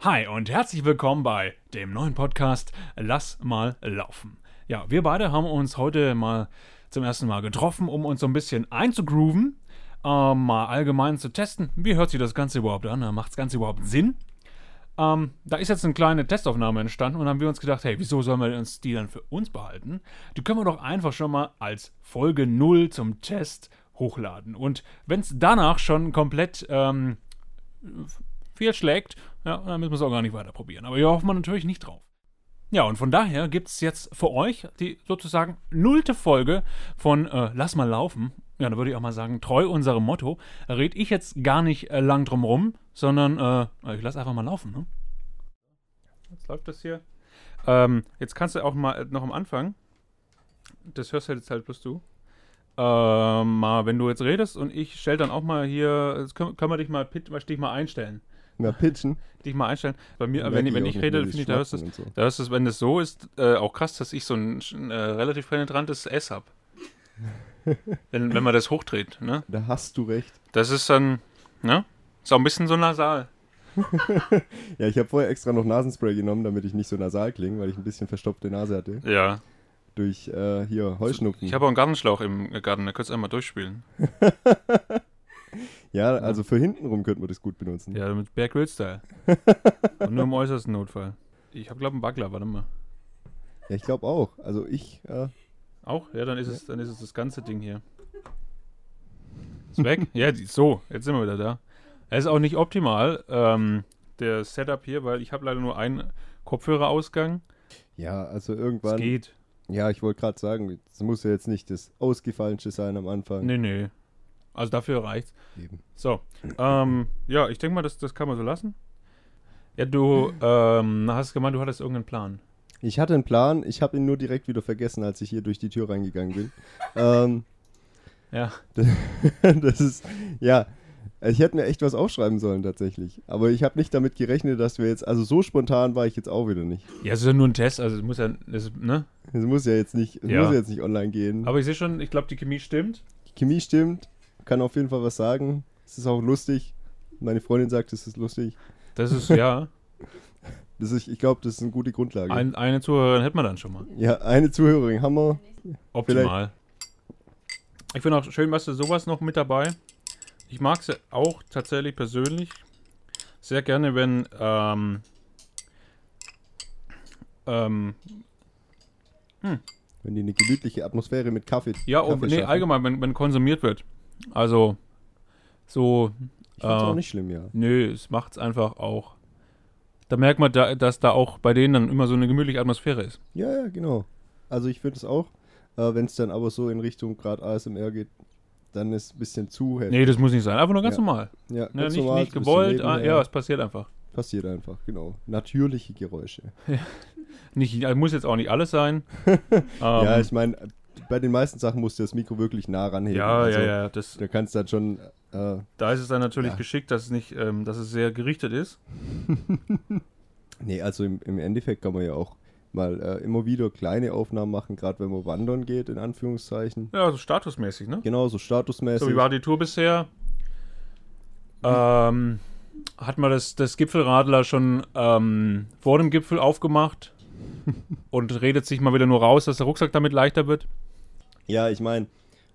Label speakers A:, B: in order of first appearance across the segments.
A: Hi und herzlich willkommen bei dem neuen Podcast Lass mal laufen. Ja, wir beide haben uns heute mal zum ersten Mal getroffen, um uns so ein bisschen einzugrooven, ähm, mal allgemein zu testen, wie hört sich das Ganze überhaupt an, macht das Ganze überhaupt Sinn? Ähm, da ist jetzt eine kleine Testaufnahme entstanden und haben wir uns gedacht, hey, wieso sollen wir uns die dann für uns behalten? Die können wir doch einfach schon mal als Folge 0 zum Test hochladen. Und wenn es danach schon komplett ähm, viel schlägt, ja, dann müssen wir es auch gar nicht weiter probieren. Aber hier hoffen wir natürlich nicht drauf. Ja, und von daher gibt es jetzt für euch die sozusagen nullte Folge von äh, Lass mal laufen. Ja, da würde ich auch mal sagen, treu unserem Motto, red ich jetzt gar nicht äh, lang drum rum, sondern äh, ich lass einfach mal laufen. Ne? Jetzt läuft das hier. Ähm, jetzt kannst du auch mal äh, noch am Anfang, das hörst halt jetzt halt bloß du, ähm, mal, wenn du jetzt redest und ich stell dann auch mal hier, jetzt können, können wir dich mal, pit- dich mal einstellen
B: Na, pitchen.
A: dich mal einstellen. Bei mir,
B: Merke
A: wenn,
B: ich
A: wenn
B: auch
A: ich
B: nicht,
A: rede,
B: wenn die
A: finde ich, da hörst du
B: schnacken
A: es,
B: und so.
A: da hörst du es, wenn das so ist, äh, auch krass, dass ich so ein, ein äh, relativ penetrantes S habe. wenn, wenn man das hochdreht, ne?
B: Da hast du recht.
A: Das ist dann, ne? Ist auch ein bisschen so nasal.
B: Ja, ich habe vorher extra noch Nasenspray genommen, damit ich nicht so nasal klinge, weil ich ein bisschen verstopfte Nase hatte.
A: Ja.
B: Durch äh, hier Heuschnupfen.
A: Ich habe auch einen Gartenschlauch im Garten, da könntest du einmal durchspielen.
B: ja, also für hintenrum könnte man das gut benutzen.
A: Ja, mit Bear Grylls Style. Und nur im äußersten Notfall. Ich habe, glaube einen Buckler, warte mal.
B: Ja, ich glaube auch. Also ich, äh,
A: Auch? Ja, dann ist es, dann ist es das ganze Ding hier. Ist weg? ja, die- so, jetzt sind wir wieder da. Es ist auch nicht optimal, ähm, der Setup hier, weil ich habe leider nur einen Kopfhörerausgang.
B: ja, also
A: Es
B: irgendwann.
A: geht.
B: Ja, ich wollte gerade sagen, es muss ja jetzt nicht das Ausgefallenste sein am Anfang.
A: Nee, nee. Also dafür reicht's.
B: Eben.
A: So, ähm, ja, ich denke mal, das, das kann man so lassen. Ja, du ähm, hast gemeint, du hattest irgendeinen Plan.
B: Ich hatte einen Plan, ich habe ihn nur direkt wieder vergessen, als ich hier durch die Tür reingegangen bin. ähm,
A: Ja,
B: das ist, ja, ich hätte mir echt was aufschreiben sollen tatsächlich. Aber ich habe nicht damit gerechnet, dass wir jetzt, also so spontan war ich jetzt auch wieder nicht.
A: ja, es ist ja nur ein Test, also es muss ja, es, ne?
B: Es muss ja jetzt nicht, es
A: Ja.
B: muss ja jetzt nicht online gehen.
A: Aber ich sehe schon, ich glaube, die Chemie stimmt.
B: die Chemie stimmt, kann auf jeden Fall was sagen. Es ist auch lustig. Meine Freundin sagt, es ist lustig.
A: Das ist, ja,
B: Das ist, ich glaube, das ist eine gute Grundlage.
A: ein, eine Zuhörerin hätten wir dann schon mal.
B: ja, eine Zuhörerin, Hammer.
A: Optimal. Ich finde auch schön, weißt du, sowas noch mit dabei. Ich mag es ja auch tatsächlich persönlich sehr gerne, wenn ähm, ähm,
B: Wenn die eine gemütliche Atmosphäre mit Kaffee.
A: ja,
B: Kaffee
A: oh, nee,
B: schaffen.
A: allgemein, wenn, wenn konsumiert wird. Also so,
B: Ich find's
A: äh,
B: auch nicht schlimm, ja.
A: nö, es macht es einfach auch. Da merkt man, da, dass da auch bei denen dann immer so eine gemütliche Atmosphäre ist.
B: Ja, ja, genau. Also ich finde es auch, äh, wenn es dann aber so in Richtung gerade ASMR geht, dann ist ein bisschen zu heftig.
A: Nee, das muss nicht sein. Einfach nur ganz
B: Ja.
A: normal.
B: Ja,
A: Ne,
B: ganz
A: nicht,
B: normal,
A: nicht
B: so ein bisschen
A: gewollt,
B: Leben,
A: ah,
B: ja.
A: ja, es passiert einfach.
B: Passiert einfach, genau. Natürliche Geräusche.
A: Nicht, muss jetzt auch nicht alles sein.
B: ja,
A: Ähm,
B: ich meine, bei den meisten Sachen musst du das Mikro wirklich nah ranheben.
A: Ja,
B: also,
A: ja, ja. Das,
B: Da kannst du dann schon, äh,
A: da ist es dann natürlich
B: Ja.
A: geschickt, dass es nicht, ähm, dass es sehr gerichtet ist.
B: nee, also im, im Endeffekt kann man ja auch mal äh, immer wieder kleine Aufnahmen machen, gerade wenn man wandern geht, in Anführungszeichen.
A: Ja, so statusmäßig, ne?
B: Genau, so statusmäßig.
A: So wie war die Tour bisher? Ähm, hat man das, das Gipfelradler schon ähm, vor dem Gipfel aufgemacht und redet sich mal wieder nur raus, dass der Rucksack damit leichter wird?
B: ja, ich meine,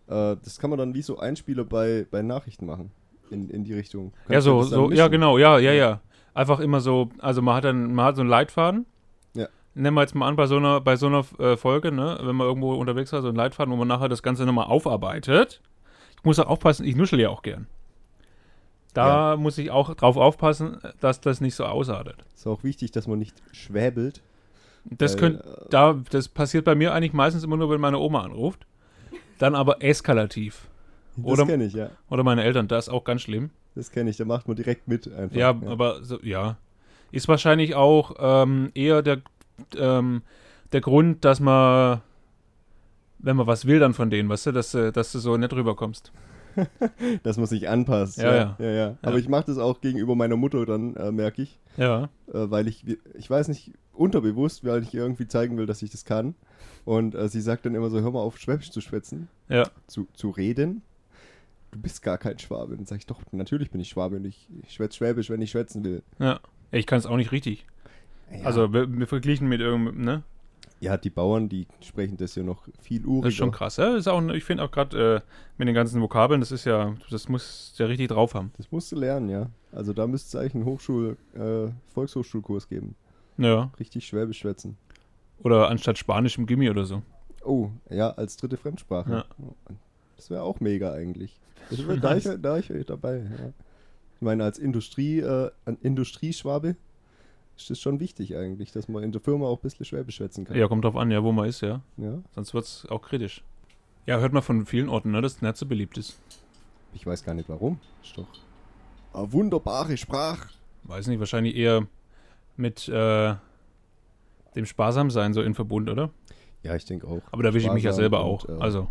B: äh, das kann man dann wie so Einspieler bei, bei Nachrichten machen. In, in die Richtung.
A: ja,
B: Kannst du
A: so,
B: das dann
A: so, ja,
B: mischen?
A: genau, ja, ja, ja. Einfach immer so, also man hat dann, man hat so einen Leitfaden.
B: Ja.
A: Nehmen wir jetzt mal an, bei so einer, bei so einer äh, Folge, ne, wenn man irgendwo unterwegs war, so einen Leitfaden, wo man nachher das Ganze nochmal aufarbeitet. Ich muss auch aufpassen, ich nuschel ja auch gern. Da muss ich auch drauf aufpassen, dass das nicht so ausartet.
B: Ist auch wichtig, dass man nicht schwäbelt.
A: Das
B: Weil,
A: könnt, da, das passiert bei mir eigentlich meistens immer nur, wenn meine Oma anruft. Dann aber eskalativ. Oder-
B: Das kenne ich, ja.
A: Oder meine Eltern, das ist auch ganz schlimm.
B: Das kenne ich. Da macht man direkt mit einfach.
A: Ja, aber so, ja. Ist wahrscheinlich auch ähm, eher der, ähm, der Grund, dass man, wenn man was will, dann von denen, weißt du, dass, du- dass du so nett rüberkommst.
B: Dass man sich anpasst.
A: Ja,
B: ja. ja, ja. Aber
A: Ja.
B: ich mache das auch gegenüber meiner Mutter, dann äh, merke ich.
A: Ja.
B: äh, weil ich, ich weiß nicht, unterbewusst, weil ich ihr irgendwie zeigen will, dass ich das kann. Und äh, sie sagt dann immer so, hör mal auf, Schwäbisch zu schwätzen,
A: Ja.
B: zu, zu reden. Du bist gar kein Schwabe. Dann sage ich, doch, natürlich bin ich Schwabe und ich, ich schwätze Schwäbisch, wenn ich schwätzen will.
A: Ja. Ich kann es auch nicht richtig.
B: Ja.
A: Also wir, wir verglichen mit irgendeinem, ne?
B: ja, die Bauern, die sprechen das ja noch viel
A: Das ist schon
B: uriger.
A: krass. Ja, ist auch, ich finde auch gerade äh, mit den ganzen Vokabeln, das ist ja, das muss ja richtig drauf haben.
B: Das musst du lernen, ja. Also da müsste es eigentlich einen Hochschul-, äh, Volkshochschulkurs geben.
A: Ja.
B: Richtig Schwäbisch schwätzen.
A: Oder anstatt Spanisch im Gimmi oder so.
B: Oh, ja, als dritte Fremdsprache.
A: Ja.
B: Das wäre auch mega eigentlich. Das wär,
A: schon
B: da, ich,
A: nice.
B: da ich dabei. Ja. Ich meine, als Industrie, äh, an Industrieschwabe ist es schon wichtig eigentlich, dass man in der Firma auch ein bisschen Schwäbisch schwätzen kann.
A: Ja, kommt drauf an, ja, wo man ist, ja.
B: Ja?
A: Sonst wird es auch kritisch. Ja, hört man von vielen Orten, ne, dass es nicht so beliebt ist.
B: Ich weiß gar nicht warum. Ist doch eine wunderbare Sprache.
A: Weiß nicht, wahrscheinlich eher mit äh, dem Sparsamsein so in Verbund, oder?
B: Ja, ich denke auch.
A: Aber da wische ich mich ja
B: Sparsam
A: selber
B: und,
A: auch.
B: äh,
A: also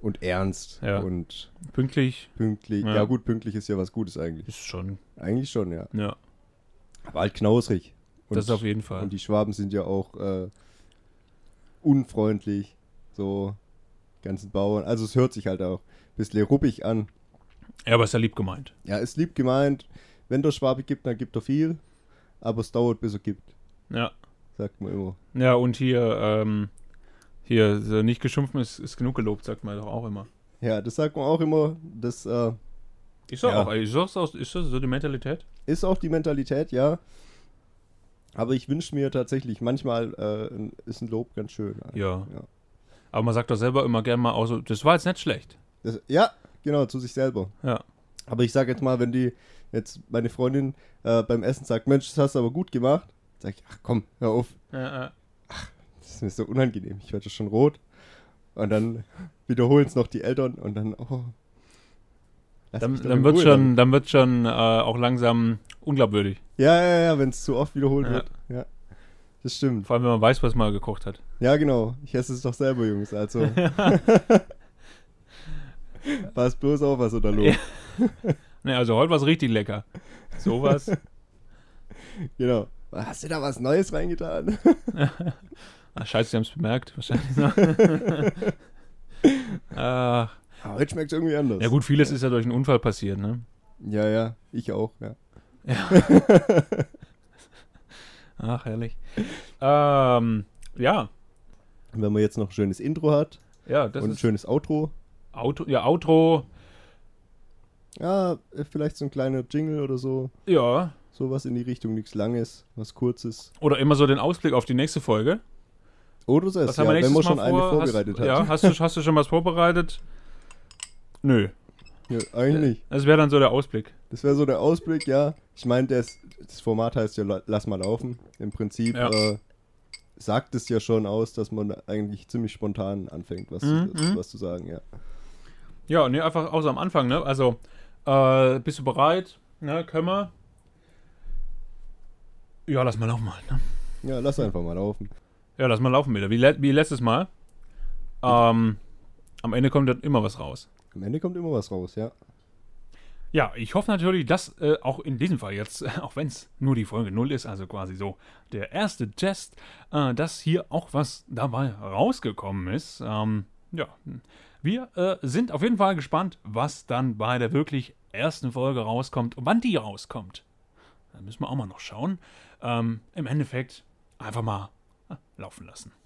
B: Und ernst
A: Ja.
B: und
A: pünktlich
B: pünktlich.
A: Ja.
B: Ja. gut, pünktlich ist ja was Gutes eigentlich.
A: ist schon,
B: Eigentlich schon, ja.
A: ja,
B: Aber halt knausrig. Und-
A: das auf jeden Fall.
B: Und die Schwaben sind ja auch äh, unfreundlich, so ganzen Bauern. Also es hört sich halt auch ein bisschen ruppig an.
A: Ja, aber ist ja lieb gemeint.
B: Ja, ist lieb gemeint. Wenn der Schwabe gibt, dann gibt er viel. Aber es dauert, bis er gibt,
A: Ja.
B: sagt man immer.
A: Ja, und hier, ähm, hier, so nicht geschumpft ist, ist genug gelobt, sagt man doch auch immer.
B: Ja, das sagt man auch immer. Das äh,
A: Ist doch
B: Ja.
A: auch, ist das, auch- ist das so die Mentalität?
B: ist auch die Mentalität, ja. Aber ich wünsche mir tatsächlich, manchmal äh, ein- ist ein Lob ganz schön.
A: Ja.
B: Ja.
A: Aber man sagt doch selber immer gerne mal auch so, das war jetzt nicht schlecht.
B: Das, ja, genau, zu sich selber.
A: Ja.
B: Aber ich sage jetzt mal, wenn die jetzt meine Freundin äh, beim Essen sagt, Mensch, das hast du aber gut gemacht, sage ich, ach komm, hör auf,
A: Äh, äh,
B: das ist mir so unangenehm, ich werde schon rot. Und dann wiederholen es noch die Eltern und dann, oh. lass
A: dann,
B: mich doch
A: dann
B: in
A: wird
B: Ruhe
A: schon, dann wird schon äh, auch langsam unglaubwürdig.
B: Ja, ja, ja, wenn es zu oft wiederholt
A: Ja.
B: wird. Ja, das stimmt.
A: Vor allem, wenn man weiß, was man gekocht hat.
B: Ja, genau, ich esse es doch selber, Jungs, also. Pass bloß auf, was oder los.
A: Ja. Ne, also heute war es richtig lecker. Sowas.
B: Genau. Hast du da was Neues reingetan?
A: Ach, scheiße, sie haben es bemerkt. Wahrscheinlich. Ach.
B: Aber Heute schmeckt es irgendwie anders.
A: Ja gut, vieles ist ja durch einen Unfall passiert, ne?
B: Ja, ja, ich auch, ja.
A: Ach, herrlich. Ähm, ja,
B: Und wenn man jetzt noch ein schönes Intro hat
A: ja, das
B: und ein
A: ist
B: schönes Outro,
A: Auto, ja, Outro,
B: ja, äh, vielleicht so ein kleiner Jingle oder so,
A: ja,
B: sowas in die Richtung, nichts Langes, was Kurzes.
A: oder immer so den Ausblick auf die nächste Folge.
B: Oder so
A: Was
B: ist
A: haben wir
B: ja, wenn
A: nächstes
B: man schon
A: Mal
B: eine
A: vor?
B: vorbereitet
A: hast,
B: hat.
A: Ja, hast du, hast du schon was vorbereitet? Nö,
B: Ja, eigentlich nicht.
A: das wäre dann so der Ausblick.
B: Das wäre so der Ausblick, ja. Ich meine, das, das Format heißt ja La- Lass mal laufen. Im Prinzip
A: Ja.
B: äh, sagt es ja schon aus, dass man eigentlich ziemlich spontan anfängt, was,
A: Mhm,
B: was,
A: mhm.
B: was zu sagen, ja.
A: Ja, ne, einfach auch so am Anfang, ne? Also, äh, bist du bereit? Ne, können wir? Ja, lass mal laufen halt, ne?
B: Ja, lass einfach mal laufen.
A: Ja, lass mal laufen wieder. Wie, le wie letztes Mal. Ähm, am Ende kommt dann immer was raus.
B: Am Ende kommt immer was raus, ja.
A: Ja, ich hoffe natürlich, dass äh, auch in diesem Fall jetzt, auch wenn es nur die Folge 0 ist, also quasi so der erste Test, äh, dass hier auch was dabei rausgekommen ist. Ähm, ja, wir äh, sind auf jeden Fall gespannt, was dann bei der wirklich ersten Folge rauskommt und wann die rauskommt. Da müssen wir auch mal noch schauen. Ähm, Im Endeffekt einfach mal äh, laufen lassen.